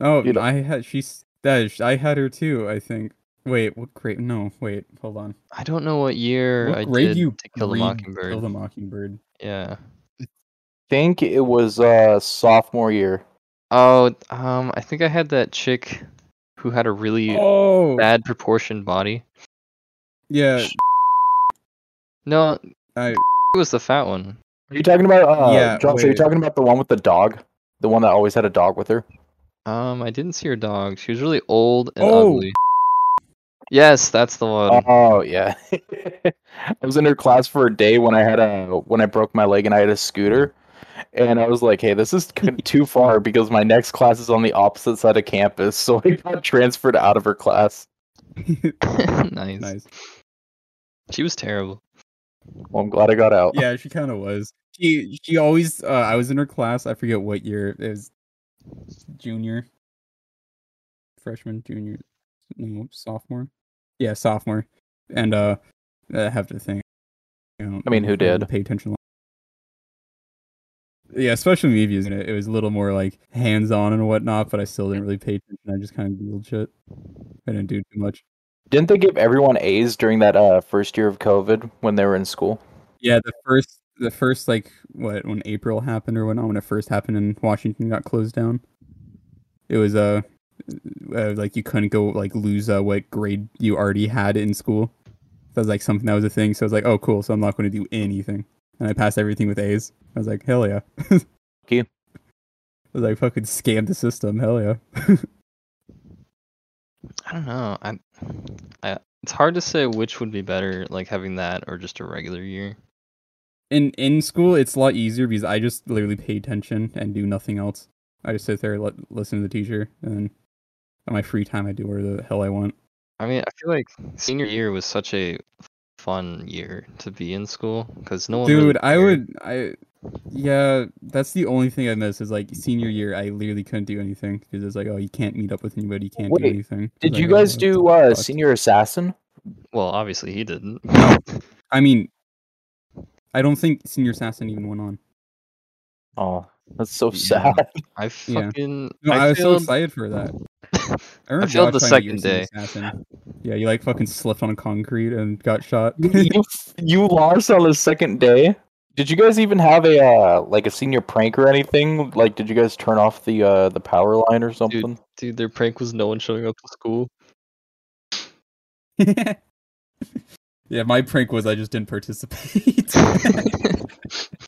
A: Oh,
B: You know-
A: I had she's that is- I had her too. I think. Wait, what grade? No, wait, hold on.
C: I don't know what year
A: What
C: I
A: grade
C: did
A: you
C: to kill the
A: read
C: mockingbird.
A: Kill the Mockingbird.
C: Yeah.
B: think it was uh sophomore year.
C: Oh, um, I think I had that chick who had a really
A: Oh,
C: bad proportioned body.
A: yeah,
C: No,
A: I-
C: it was the fat one.
B: Are you talking about? Uh,
A: Yeah,
B: John, so you're
A: wait.
B: talking about the one with the dog, the one that always had a dog with her.
C: Um, I didn't see her dog. She was really old and
A: Oh,
C: ugly. Yes, that's the one.
B: Oh yeah, [LAUGHS] I was in her class for a day when I had a when I broke my leg and I had a scooter, and I was like, "Hey, this is [LAUGHS] kind of too far because my next class is on the opposite side of campus." [LAUGHS] So I got transferred out of her class.
C: [LAUGHS] nice.
A: [LAUGHS] Oh. nice.
C: She was terrible.
B: Well, I'm glad I got out.
A: Yeah, she kind of was. She she always. Uh, I was in her class. I forget what year it was. Junior, freshman, junior, no, sophomore. Yeah, sophomore. And uh, I have to think. I, don't
B: I mean, who
A: really
B: did?
A: pay attention? Yeah, especially me using it. It was a little more like hands on and whatnot, but I still didn't really pay attention. I just kind of googled shit. I didn't do too much.
B: Didn't they give everyone A's during that uh, first year of COVID when they were in school?
A: Yeah, the first, the first like what when April happened or whatnot when it first happened and Washington got closed down, it was uh, uh like you couldn't go like lose uh, what grade you already had in school. That was like something that was a thing. So I was like, oh cool. So I'm not going to do anything, and I passed everything with A's. I was like, hell yeah. [LAUGHS]
B: Okay.
A: I was like, fucking scam the system. Hell yeah.
C: I don't know. I, I it's hard to say which would be better, like having that or just a regular year.
A: in in school it's a lot easier because I just literally pay attention and do nothing else. I just sit there let, listen to the teacher and then on my free time I do whatever the hell I want.
C: I mean, I feel like senior year was such a fun year to be in school because no one. really
A: Dude, I
C: cared.
A: would I yeah, that's the only thing I miss is like senior year I literally couldn't do anything because it's like oh you can't meet up with anybody, you can't do
B: Wait,
A: anything. It's
B: Did
A: like,
B: you
A: oh,
B: guys
A: that
B: do uh,
A: sucks.
B: Senior Assassin?
C: Well, obviously he didn't.
A: I mean I don't think senior assassin even went on.
B: Oh, that's so
C: Yeah.
B: sad.
C: [LAUGHS] I
A: Yeah.
C: fucking.
A: No, I,
C: I,
A: was so
C: failed-
A: excited for that. I remember
C: failed
A: Josh
C: the
A: trying to get Senior
C: second day.
A: Assassin. Yeah, you like fucking slipped on concrete and got
B: [LAUGHS]
A: shot.
B: you you lost on the second day. Did you guys even have a uh, like a senior prank or anything? Like, did you guys turn off the uh, the power line or something?
C: [LAUGHS] Dude, their prank was no one showing up to
A: [LAUGHS]
C: school. [LAUGHS]
A: yeah, [LAUGHS] my prank was I just didn't participate. [LAUGHS]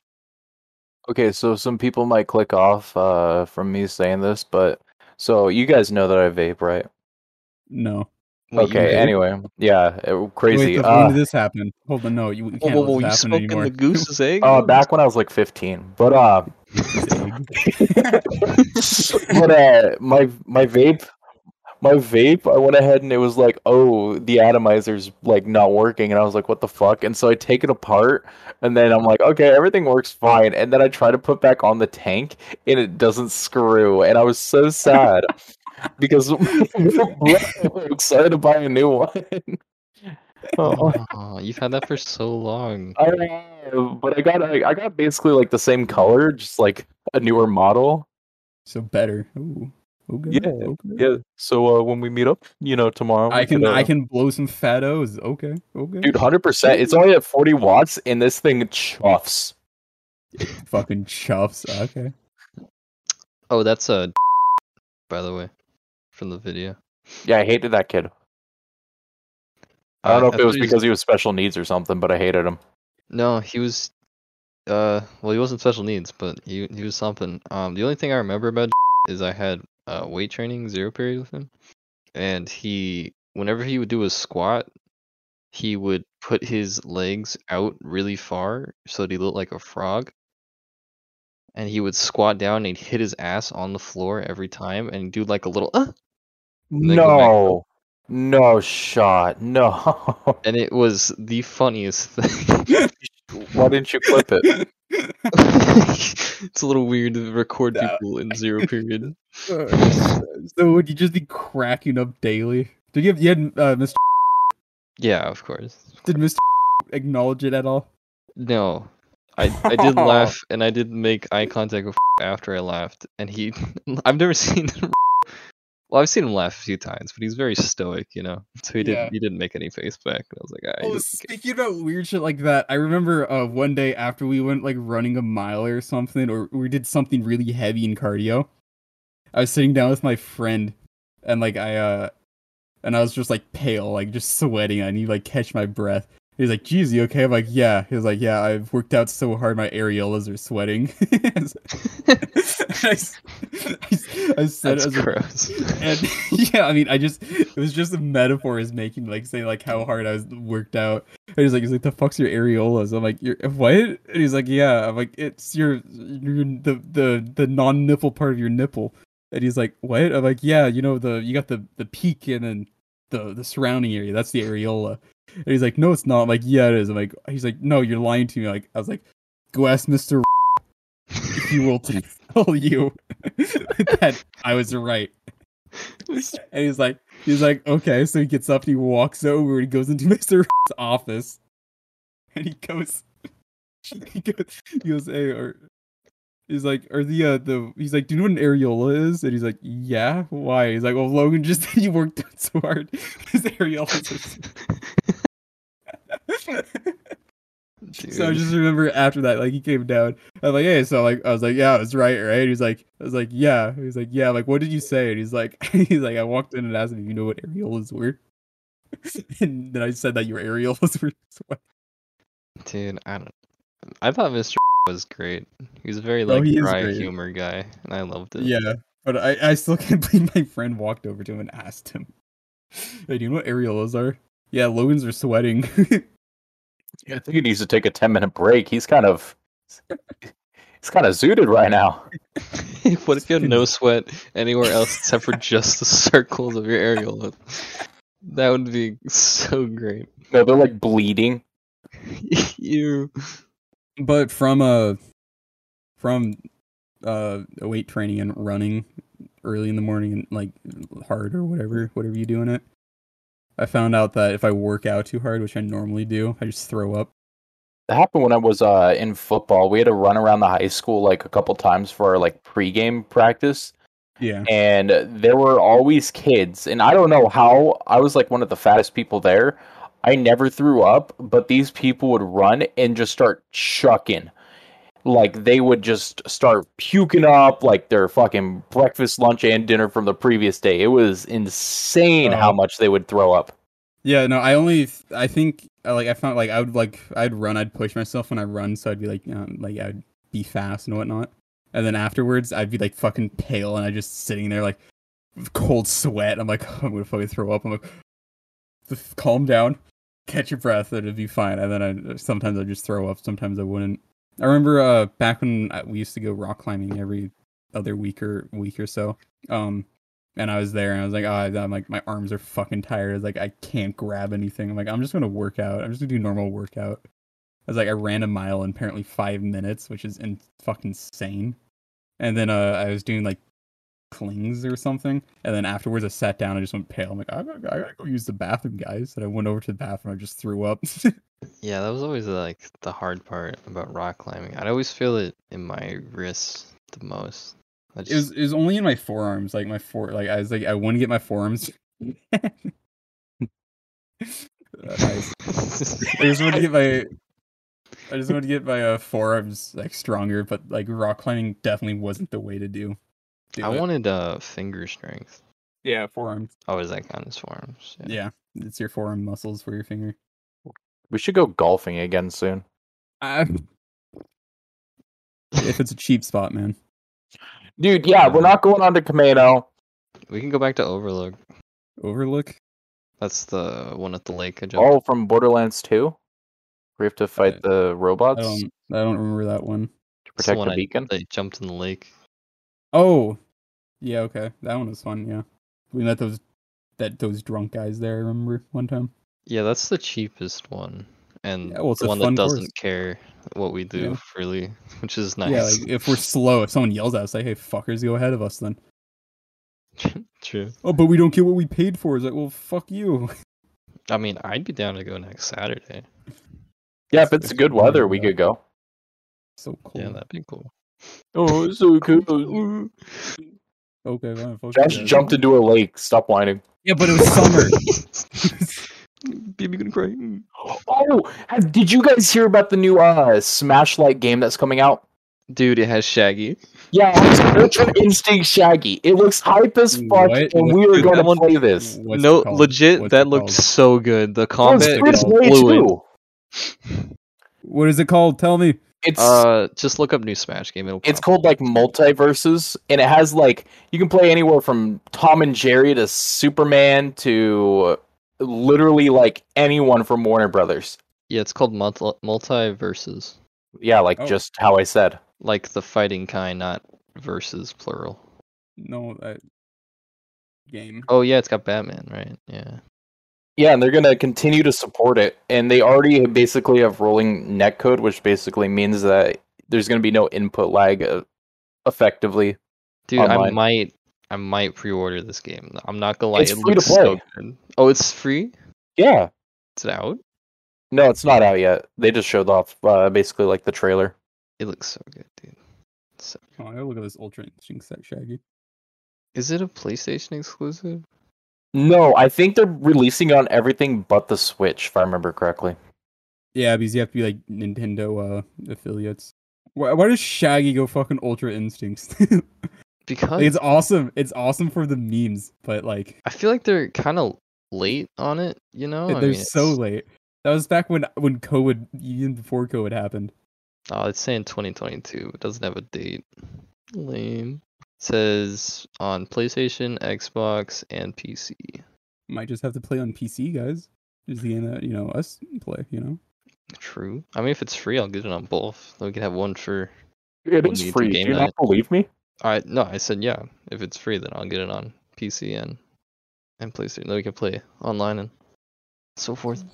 B: Okay, so some people might click off uh, from me saying this, but so you guys know that I vape, right?
A: no.
C: Wait, you
B: okay.
C: did?
B: Anyway, yeah, it-
A: Wait,
B: crazy.
A: the- when
B: uh,
A: did this happen? Hold on, no, you we
C: Ah. Whoa,
A: can't
C: whoa,
A: let
C: whoa! You
A: this happen
C: smoking
A: anymore.
C: the
A: [LAUGHS]
B: [LAUGHS]
C: goose's egg?
B: uh, back when I was like 15, but uh, [LAUGHS] but uh, my my vape, my vape. I went ahead and it was like, oh, the atomizer's like not working, and I was like, what the fuck? And so I take it apart, and then I'm like, okay, everything works fine. And then I try to put back on the tank, and it doesn't screw, and I was so sad because [LAUGHS] I'm excited to buy a new one. [LAUGHS] Oh.
C: Aw, you've had that for so long.
B: I have, but I got I, I got basically like the same color, just like a newer model.
A: [LAUGHS] so better. Ooh. Okay.
B: Yeah,
A: okay.
B: Yeah. So uh, when we meet up, you know, tomorrow,
A: I
B: we
A: can
B: could,
A: I
B: uh,
A: can blow some fat O's. Okay. Okay.
B: dude, hundred percent. It's only at forty watts, and this thing chuffs.
A: Fucking chuffs.
C: [LAUGHS]
A: Okay.
C: Oh, that's a. [LAUGHS] By the way, from the video.
B: Yeah, I hated that kid. I don't
C: Uh,
B: know if
C: I
B: it was
C: thought he
B: because he was special needs or something, but I hated him.
C: No, he was. Uh, well, he wasn't special needs, but he he was something. Um, the only thing I remember about [LAUGHS] is I had uh, weight training zero period with him, and he whenever he would do a squat, he would put his legs out really far so that he looked like a frog. And he would squat down and he'd hit his ass on the floor every time and do like a little uh, And then go back
B: No, no shot, no. [LAUGHS]
C: and it was the funniest [LAUGHS] thing.
B: Why didn't you clip it?
C: [LAUGHS] it's a little weird to record
A: No.
C: people in
A: [LAUGHS]
C: zero period.
A: Uh, [LAUGHS] so would you just be cracking up daily? Did you have you had uh, Mr.
C: Yeah, of course.
A: Did Mr. [LAUGHS] acknowledge it at all?
C: No, I
A: [LAUGHS]
C: I did laugh and I did make eye contact with [LAUGHS] after I laughed, and he [LAUGHS] I've never seen him. Well, I've seen him laugh a few times, but he's very stoic, you know. So he didn't
A: Yeah.
C: he didn't make any face back. And I was like, "Ah,
A: Oh,
C: I
A: speaking about weird shit like that, I remember uh, one day after we went like running a mile or something, or we did something really heavy in cardio. I was sitting down with my friend, and like I, uh and I was just like pale, like just sweating. I need like catch my breath. He's like, "Geez, you okay?" I'm like, [LAUGHS]
C: [LAUGHS]
A: "Yeah." He was like, "Yeah, I've worked out so hard, my areolas are sweating." I, s- [LAUGHS] I s- I said it as
C: That's
A: a
C: gross.
A: and [LAUGHS] yeah, I mean, I just it was just a metaphor is making like say like how hard I was worked out. And he's like, he's like, the fuck's your areolas? I'm like, you're what? And he's like, yeah. I'm like, it's your, your the the the non nipple part of your nipple. And he's like, what? I'm like, yeah, you know the you got the the peak and then the the surrounding area. That's the areola. And he's like, no, it's not. I'm like, yeah, it is. I'm like, he's like, no, you're lying to me. Like, I was like, go ask Mister. He will [LAUGHS] tell you [LAUGHS] that I was right. And he's like, he's like, okay. So he gets up and he walks over and he goes into [LAUGHS] Mr. R's office. And he goes, [LAUGHS] he goes, he goes, hey, or he's like, are the, uh, the, he's like, do you know what an areola is? And he's like, yeah, why? He's like, well, Logan just [LAUGHS] said you worked out so hard. [LAUGHS] His areolas [LAUGHS] are. So I
C: [LAUGHS] Dude.
A: just remember after that, like he came down. I was like, hey, so like I was like, yeah, I was right, right? He's like, I was like, yeah. He's like, yeah. Like, what did you say? And he's like, [LAUGHS] he's like, I walked in and asked him, you know what areolas were? [LAUGHS] and then I said that your [LAUGHS] areolas were. sweat.
C: Dude, I don't. I thought Mr. [LAUGHS] was great. He was a very
A: No,
C: like
A: Oh, he is
C: dry
A: great.
C: humor guy, and I loved it.
A: Yeah, but I, I still can't [LAUGHS] believe my friend walked over to him and asked him, [LAUGHS] hey, do you know what areolas are? Yeah, Logan's are sweating. [LAUGHS]
B: Yeah, I think he needs to take a ten minute break. He's kind of he's kind of zooted right now.
C: [LAUGHS] what if you had no sweat
A: [LAUGHS]
C: anywhere else except for just the circles of your areola? That would be so great. [LAUGHS]
B: No, they're like bleeding.
C: you.
A: but from uh from uh weight training and running early in the morning and like hard or whatever whatever you do in it i found out that if i work out too hard which i normally do i just throw up
B: That happened when I was uh, in football. We had to run around the high school like a couple times for our like pregame practice,
A: yeah
B: and there were always kids. And I don't know how I was like one of the fattest people there. I never threw up, but these people would run and just start chucking. Like they would just start puking up like their fucking breakfast, lunch, and dinner from the previous day. It was insane
A: Wow.
B: how much they would throw up.
A: yeah no i only i think uh, like i found like i would like i'd run i'd push myself when i run so i'd be like um, like i'd be fast and whatnot and then afterwards i'd be like fucking pale and i just sitting there like with cold sweat i'm like [LAUGHS] i'm gonna fucking throw up i'm like "Just calm down catch your breath and it'd be fine and then i sometimes i'd just throw up sometimes i wouldn't i remember uh back when I, we used to go rock climbing every other week or week or so um and i was there and i was like oh, i'm like my arms are fucking tired I was like i can't grab anything i'm like i'm just gonna work out i'm just gonna do normal workout I was like, I ran a mile in apparently five minutes, which is in fucking insane. And then uh, I was doing like clings or something. And then afterwards, I sat down. I just went pale. I'm like, I gotta, I gotta go use the bathroom, guys. And I went over to the bathroom. I just threw up. [LAUGHS]
C: Yeah, that was always like the hard part about rock climbing. I'd always feel it in my wrists the most. I
A: it was it was only in my forearms, like my fore. Like I was like, I want to get my forearms. [LAUGHS] I [LAUGHS] I just want to get my. I just want to get my uh, forearms like stronger, but like rock climbing definitely wasn't the way to do. do
C: I
A: it.
C: wanted uh finger strength.
A: yeah forearms.
C: Oh, is that count as forearms? Yeah.
A: Yeah, it's your forearm muscles for your finger.
B: We should go golfing again soon.
C: Ah.
A: if it's a cheap spot, man.
B: Dude, yeah, we're not going on to Kamado.
C: We can go back to Overlook.
A: Overlook.
C: That's the one at the lake. I just
B: Oh, from Borderlands 2? We have to fight the
A: I
B: robots
A: don't.
B: to
A: I don't remember that one.
C: That's the
B: protect
C: one
B: the
C: I-
B: beacon.
C: They jumped in the lake.
A: Oh, yeah. Okay, that one was fun. Yeah, we met those that those drunk guys there. I remember one time.
C: Yeah, that's the cheapest one, and
A: Yeah, well, it's
C: the
A: a
C: one
A: fun
C: that
A: course.
C: doesn't care what we do
A: Yeah.
C: really, [LAUGHS] which is nice.
A: Yeah, like
C: [LAUGHS]
A: if we're slow, if someone yells at us, like, "Hey, fuckers, go ahead of us," then.
C: True.
A: Oh, but we don't get what we paid for. It's like, well, fuck you.
C: I mean, I'd be down to go next Saturday.
B: Yeah, if
A: That's-
B: it's
A: that's
B: good
A: what we're
B: weather,
A: doing,
B: we
A: though.
B: could go.
A: So cool.
C: Yeah, that'd be cool.
B: [LAUGHS] Oh, so cool.
A: Okay, fine. Fuck
B: Josh
A: you guys.
B: jumped into a lake. Stop whining.
A: Yeah, but it was
C: [LAUGHS]
A: summer. [LAUGHS]
C: Baby gonna cry.
B: Oh, have- did you guys hear about the new uh Smash Light game that's coming out?
C: Dude, it has Shaggy.
B: Yeah, it's Ultra Instinct Shaggy. It looks hype as fuck,
A: What?
B: and we are
C: Dude,
B: going
C: that
B: to
C: one-
B: play this.
A: What's it
C: no,
A: called?
C: legit,
A: What's
C: that
A: it
C: looked
A: called? Oh,
C: so good. The
B: It's
C: combat
A: Dude,
B: Squid
C: is
A: it's
B: Play
C: fluid.
B: 2.
A: What is it called? Tell me.
B: It's
C: Uh, just look up new Smash game. It'll.
B: it's
C: pop up.
B: called like multiverses, and it has like you can play anywhere from Tom and Jerry to Superman to literally like anyone from Warner Brothers.
C: Yeah, it's called multi multiverses,
B: Yeah, like
A: Oh.
B: just how I said.
C: like the fighting kind, not versus plural.
A: No, that game.
C: Oh yeah, it's got Batman, right? Yeah.
B: Yeah, and they're going to continue to support it. And they already basically have rolling netcode, which basically means that there's going to be no input lag uh, effectively.
C: Dude, I
B: Online.
C: might I might pre-order this game. I'm not gonna lie,
B: It's
C: it
B: free to
C: looks so
B: play.
C: good. Oh, it's free?
B: Yeah.
C: It's out?
B: No, it's not out yet. They just showed off uh, basically like the trailer.
C: It looks so good, dude. So,
A: Oh, I gotta look at this ultra interesting set, Shaggy.
C: is it a PlayStation exclusive?
B: No, I think they're releasing it on everything but the Switch, if I remember correctly.
A: Yeah, because you have to be like Nintendo uh, affiliates. Why, why does Shaggy go fucking Ultra Instincts? [LAUGHS] like,
C: Because
A: it's awesome. It's awesome for the memes, but like
C: I feel like they're kind of late on it, you know? I
A: they're
C: mean,
A: so
C: it's-
A: late. That was back when when COVID, even before COVID happened.
C: Oh, it's saying 2022. It doesn't have a date. Lame. It says on PlayStation, Xbox, and PC.
A: Might just have to play on PC, guys. Is the game that you know us play? You know,
C: True. I mean, if it's free, I'll get it on both. Then we can have one for.
B: It
C: We'll
B: is
C: need to
B: free. Do
C: game
B: you
C: that.
B: not believe me?
C: All right. No, I said yeah. If it's free, then I'll get it on PC and and PlayStation. Then we can play online and so forth.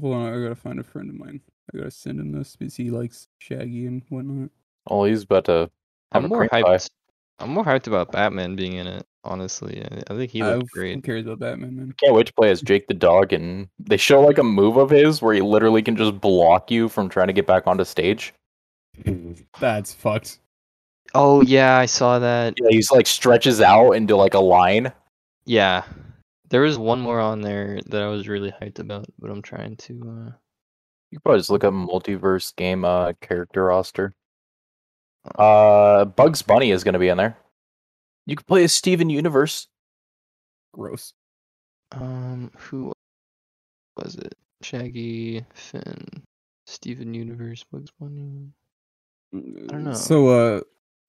A: hold on. I gotta find a friend of mine. I gotta send him this because he likes Shaggy and whatnot.
B: Oh, he's about to. Have
C: I'm
B: a
C: more
B: cream pie.
C: hyped. I'm more hyped about Batman being in it. Honestly, I, I think he
A: I-
C: looked
A: Who
C: great.
A: cares about Batman, man?
B: Can't wait to play as Jake the dog, and they show like a move of his where he literally can just block you from trying to get back onto stage.
A: That's fucked.
C: Oh yeah, I saw that.
B: Yeah, he's like stretches out into like a line.
C: Yeah. There was one more on there that I was really hyped about, but I'm trying to
B: You could probably just look up multiverse game uh character roster. Uh, Bugs Bunny is gonna be in there. You could play as Steven Universe.
A: Gross.
C: uh um who was it? Shaggy, Finn, Steven Universe, Bugs Bunny. dunno.
A: So uh,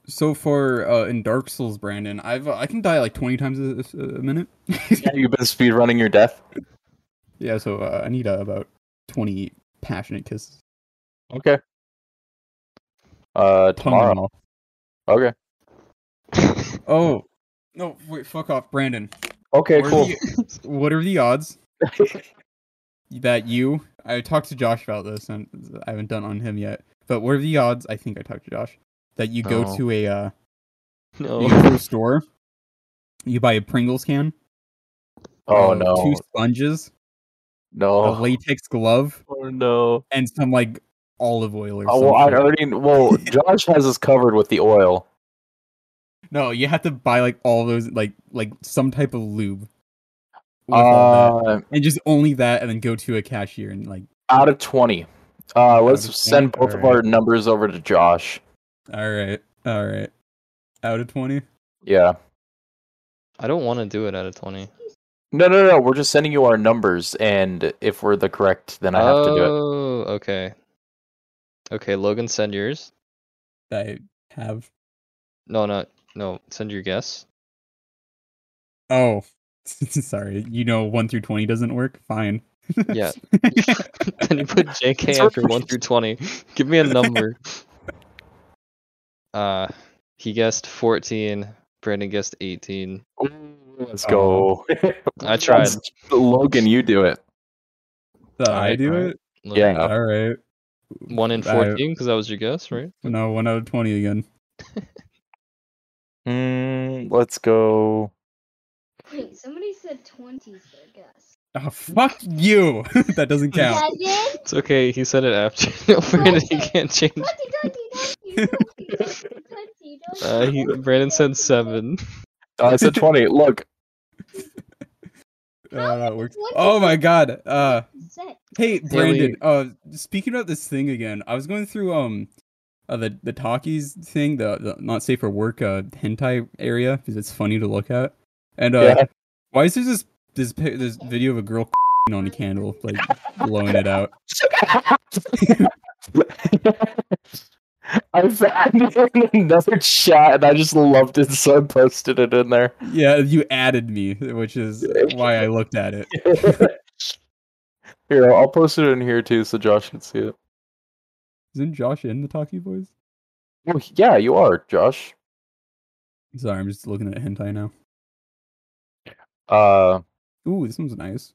A: so far uh, in Dark Souls, Brandon, I've uh, I can die like twenty times a, a a minute. [LAUGHS]
B: You've been speedrunning your death.
A: yeah. So uh, I need uh, about twenty passionate kisses.
B: Okay. Uh,
A: Pump them
B: tomorrow.
A: all.
B: Okay. [LAUGHS]
A: Oh no! Wait, fuck off, Brandon.
B: Okay.
A: Where
B: Cool.
A: do What are the odds [LAUGHS] that you? I talked to Josh about this, and I haven't done on him yet. But what are the odds? I think I talked to Josh that you go
B: Oh.
C: No.
A: to a uh, you go to
C: no.
A: a store, you buy a Pringles can,
B: [LAUGHS] oh
A: uh,
B: no. Oh.
A: two sponges, a
B: No.
A: latex glove,
B: [LAUGHS] Oh no.
A: and some like olive oil or
B: Oh, well, I
A: something.
B: already.
A: [LAUGHS]
B: Well, Josh has us covered with the oil.
A: No, you have to buy like all those like like some type of lube. with all that.
B: Uh,
A: and just only that, and then go to a cashier and like,
B: out of twenty. Uh, let's
A: Out of
B: send
A: 20?
B: both of
A: Alright.
B: our numbers over to Josh.
A: all right, all right, out of twenty.
B: Yeah.
C: I don't want to do it out of 20.
B: No, no, no. We're just sending you our numbers, and if we're the correct, then I have
C: oh,
B: to do it.
C: okay. Okay, Logan, send yours.
A: I have.
C: No, no, no. Send
B: [LAUGHS]
C: your guess.
A: Oh, [LAUGHS] sorry. You know, one through twenty doesn't work. Fine.
C: Yeah.
A: [LAUGHS]
C: then you put JK
B: It's
C: after 1 through 20. Give me
B: [LAUGHS]
C: a number. Uh, he guessed 14. Brandon guessed 18.
B: Let's [LAUGHS] go.
C: I tried.
B: Oh. Logan, you do it.
A: So I
C: Alright,
A: do
C: alright.
A: it.
C: Look,
B: Yeah.
A: All right.
C: One in
A: I-
C: fourteen, because that was your guess, right?
A: No, one out of twenty again.
B: Mm, let's go.
D: Wait, somebody said 20s, I guess.
A: Oh, fuck you. [LAUGHS] that doesn't count.
D: Does it?
C: It's okay. He said it after. [LAUGHS] No, Brandon, he can't
B: [LAUGHS]
C: change.
D: 20, 20, 20, 20, 20, 20,
C: Uh, he, Brandon said seven.
B: Uh, [LAUGHS] I said twenty. Look,
A: Uh, that works.
D: What
A: Oh
D: is
A: my god. Uh,
D: Six.
A: Hey Brandon,
C: Really-
A: uh speaking about this thing again, I was going through um uh, the the talkies thing, the, the not safe for work uh hentai area because it's funny to look at. And uh
B: Yeah.
A: why is there this this pi- this video of a girl [LAUGHS] on a candle like blowing it out?
B: I found it in another chat and I just loved it, so I posted it in there.
A: Yeah, you added me, which
C: [LAUGHS]
A: is why I looked at it.
B: here, I'll- I'll post it in here too so Josh can see it.
A: Isn't Josh in the Talkie Boys?
B: Oh, yeah, you are, Josh.
A: Sorry, I'm just looking at hentai now.
B: Uh,
A: Ooh, this one's nice.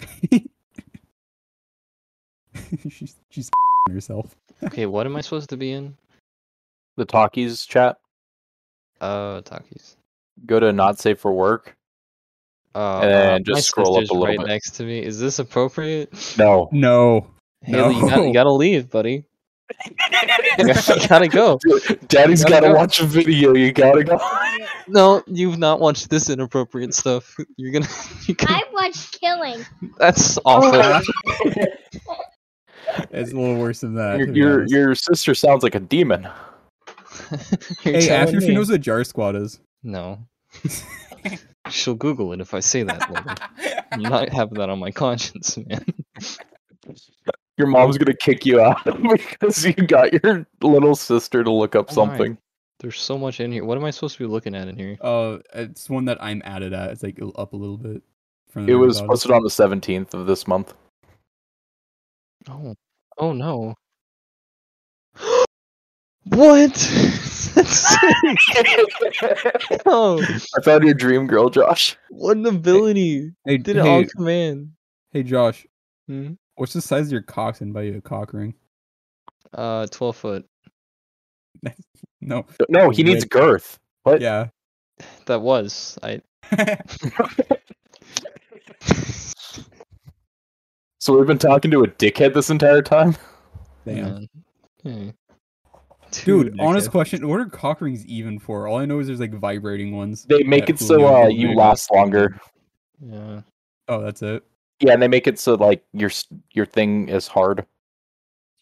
A: [LAUGHS] she's she's [LAUGHS] herself.
C: Okay, what am I supposed to be in?
B: the talkies chat.
C: Oh, Takis.
B: Go to not safe for work.
C: Oh,
B: And then
C: uh,
B: just
C: my
B: scroll up a
C: sister's
B: little
C: right
B: bit.
C: next to me. Is this appropriate?
B: [LAUGHS] No.
A: No.
C: [LAUGHS] Haley, you, gotta,
A: No.
C: you gotta
B: [LAUGHS]
C: leave, buddy. You gotta go.
B: Daddy's
C: Gotta
B: gotta
C: go.
B: watch a video. You gotta [LAUGHS] go.
C: No, you've not watched this inappropriate stuff. You're gonna. [LAUGHS] You can,
D: I watched Killing.
C: that's awful.
A: It's a little worse than that. to
B: your,
A: be
B: your
A: honest.
B: your sister sounds like a demon.
C: [LAUGHS] You're
A: hey,
C: telling
A: after she
C: me-
A: knows what Jar Squad
C: [LAUGHS]
A: is. [LAUGHS]
C: No. She'll Google it if I say that later. I'm not having that on my conscience, man.
B: Your mom's gonna kick you out [LAUGHS] because you got your little sister to look up
C: All right.
B: something.
C: There's so much in here. What am I supposed to be looking at in here?
A: Uh, it's one that I'm added at. It's like up a little bit. From the
B: It
A: very
B: was
A: bottom.
B: posted on the seventeenth of this month.
C: Oh, oh no. what?
A: [LAUGHS]
C: [LAUGHS] That's no.
B: I found your dream girl, Josh.
C: Oh, What an ability!
A: Hey,
C: Did
A: hey,
C: it all command?
A: hey, Josh,
C: Hmm?
A: what's the size of your cocks and by you a cock ring?
C: Uh, twelve foot.
A: No.
B: No, he needs
A: Wait.
B: girth. What?
A: Yeah.
C: That was I.
B: So we've been talking to a dickhead this entire time.
A: [LAUGHS]
B: [LAUGHS]
A: Damn.
C: Man. Hmm. Two
A: Dude, honest
C: dickheads.
A: question: What are cock rings even for? All I know is there's like vibrating ones.
B: They make
A: that
B: it so
A: Julio
B: uh,
A: made.
B: you last longer.
C: Yeah.
A: Oh, that's it.
B: Yeah, and they make it so like your s- your thing is hard.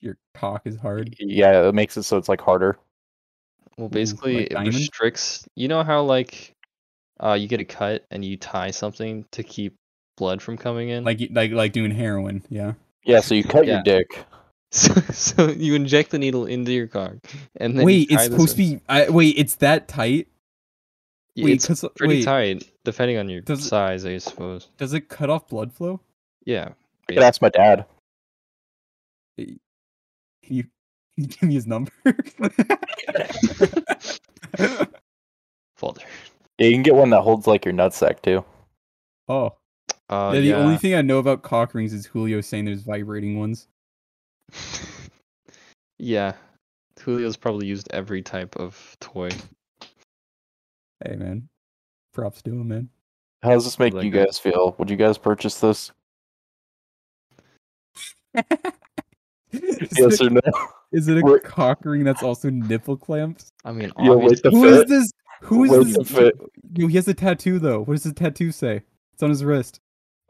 A: Your cock is hard.
B: Yeah, it makes it so it's like harder.
C: Well, basically,
A: like
C: it
A: diamond?
C: restricts. You know how like, uh, you get a cut and you tie something to keep blood from coming in.
A: Like like like doing heroin. Yeah.
B: Yeah, so you cut
C: Yeah.
B: your dick.
C: [LAUGHS] so, so you inject the needle into your cock, and then
A: Wait, it's supposed to be. I, wait, it's that tight. Wait,
C: It's
A: 'cause-
C: pretty
A: wait,
C: tight, depending on your
A: Does it-
C: size, I suppose.
A: Does it cut off blood flow?
C: Yeah.
B: I could ask my dad.
A: Can you, [LAUGHS] can you give me his number? [LAUGHS]
C: [LAUGHS] Folder.
B: Yeah, you can get one that holds like your nutsack too.
A: oh,
C: Uh,
A: yeah, the
C: yeah. [LAUGHS]
A: only thing I know about cock rings is Julio saying there's vibrating ones.
C: yeah. Julio's probably used every type of toy.
A: Hey man, props to him, man. [LAUGHS]
B: How does this make
C: Like
B: you
C: a-
B: guys feel? Would you guys purchase this?
A: Is,
B: Yes
A: it,
B: or no? [LAUGHS]
A: is it a
B: we're-
A: cock ring that's also nipple clamps?
C: I mean,
B: You'll
C: obviously,
B: wait the
A: Who is
B: fit.
A: this? Who
B: Where's
A: is
B: the
A: this?
B: fit?
A: Yo, he has a tattoo though. What does the tattoo say? It's on his wrist.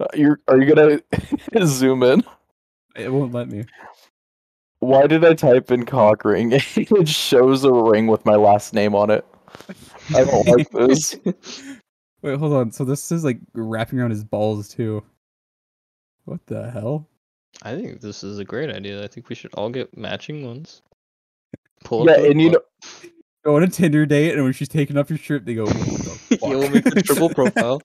B: Uh, You're, are you gonna [LAUGHS] zoom in?
A: It won't let me.
B: Why did I type in cock ring? [LAUGHS] it shows a ring with my last name on it. I don't like this.
A: [LAUGHS] Wait, hold on. So this is like wrapping around his balls too. What the hell?
C: I think this is a great idea. I think we should all get matching ones. Pull
B: Yeah, and you know,
A: Go on a Tinder date, and when she's taking off your shirt, they go. "What
B: [LAUGHS]
A: the
C: you [LAUGHS] will
A: fuck?"
C: make the
A: [LAUGHS]
C: triple profile.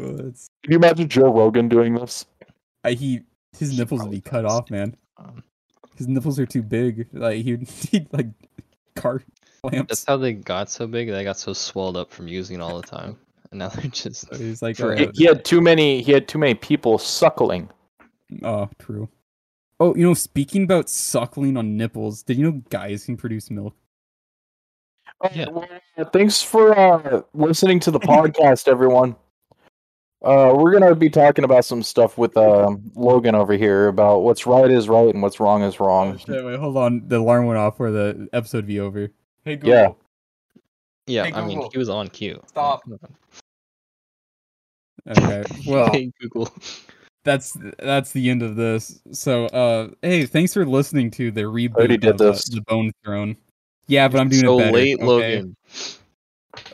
A: Oh, that's-
B: can you imagine Joe Rogan doing this?
A: I, he his
C: He
A: nipples would
C: probably
A: be cut
C: does.
A: off, man.
C: Um,
A: His nipples are too big. Like he'd [LAUGHS] need like car
C: That's
A: clamps.
C: how they got so big. They got so swelled up from using all
A: [LAUGHS]
C: the time, and now they're just
A: So he's like,
C: True.
A: uh,
B: He, he had too many. He had too many people suckling.
A: oh, true. Oh, you know, speaking about suckling on nipples, did you know guys can produce milk?
B: Oh,
C: Yeah.
B: well, thanks for uh, listening to the podcast, everyone. Uh, we're gonna be talking about some stuff with um, Logan over here about what's right is right and what's wrong is
A: Oh,
B: wrong. [LAUGHS]
A: shit, wait, hold on. The alarm went off for the episode be over. Hey
B: Google. Yeah.
C: yeah.
A: Hey,
C: I mean,
A: Google,
C: he was on cue. Like,
A: stop.
C: come on. [LAUGHS]
A: Okay. [LAUGHS] Well,
C: hey Google.
A: that's that's the end of this. So, uh, hey, thanks for listening to the reboot
B: already did
A: of uh,
B: this.
A: the Bone Throne. Yeah, but I'm doing
C: so
A: it better.
C: late,
A: okay? [LAUGHS]
C: Logan. [LAUGHS]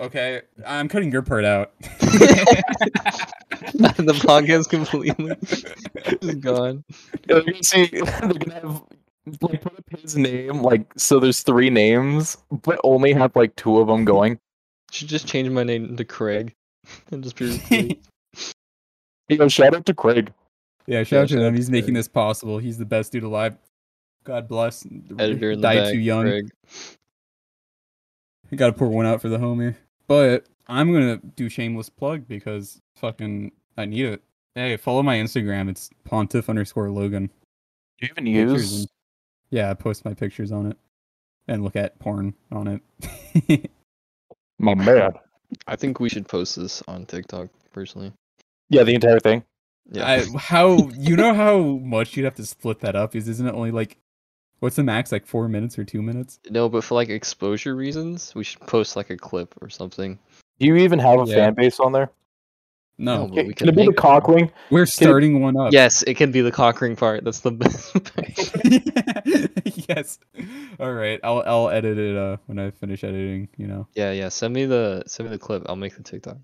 A: Okay, I'm cutting your part out.
C: the podcast completely [LAUGHS] is gone.
B: [LAUGHS] Yeah, you see, they're gonna have like put up his name, like so there's three names, but only have like two of them going.
C: Should just change my name to Craig [LAUGHS] and just be
A: [LAUGHS]
C: replaced.
B: Yo, shout out to Craig.
A: Yeah, shout out to him. He's making this possible. He's the best dude alive. God bless.
C: editor in the
A: Die
C: back,
A: too young.
C: Craig.
A: Got to pour one out for the homie. But I'm gonna do shameless plug because fucking I need it. Hey, follow my Instagram. It's pontiff underscore Logan.
B: Do you even
A: Pictures
B: use?
A: and- Yeah, I post my pictures on it and look at porn on it. [LAUGHS]
B: My man.
C: I think we should post this on TikTok personally.
B: Yeah, the entire thing.
C: Yeah.
A: I, how you know how much you'd have to split that up? Is isn't it only like what's the max like four minutes or two minutes?
C: [LAUGHS] no, but for like exposure reasons, we should post like a clip or something.
B: Do you even have a
A: Yeah.
B: fan base on there?
A: No,
C: Well,
B: Can, can
C: we can
B: it be the
C: make-
B: Cockling?
A: we're starting one up.
C: Yes, it can be the cockring part. That's the [LAUGHS] best.
A: [LAUGHS]
C: part.
A: yes. All right. I'll I'll edit it uh when I finish editing. You know.
C: yeah, yeah. Send me the send me the clip. I'll make the TikTok.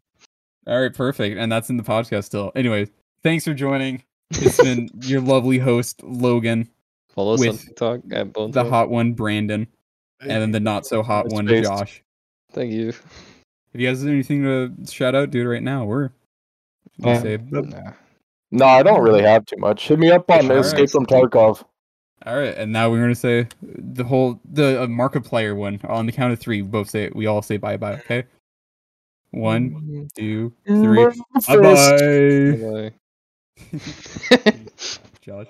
A: All right. Perfect. And that's in the podcast still. Anyways, thanks for joining. It's been your lovely host Logan,
C: [LAUGHS] Follow us on
A: with
C: TikTok at Bone
A: the
C: Talk.
A: hot one Brandon, and then the not so hot
B: That's
A: one
B: based.
A: Josh.
C: Thank you.
A: If you guys have anything to shout out, dude, right now, we're. we
B: Yeah.
A: say- [LAUGHS]
C: Nah.
B: No, I don't really have too much. Hit me up on
A: Alright.
B: Escape from Tarkov.
A: All right, and now we're gonna say the whole the uh, Markiplier one on the count of three. We both say we all say bye bye. Okay, one, two, three. [LAUGHS]
B: Breakfast.
A: Bye bye,
C: Bye-bye.
A: Josh.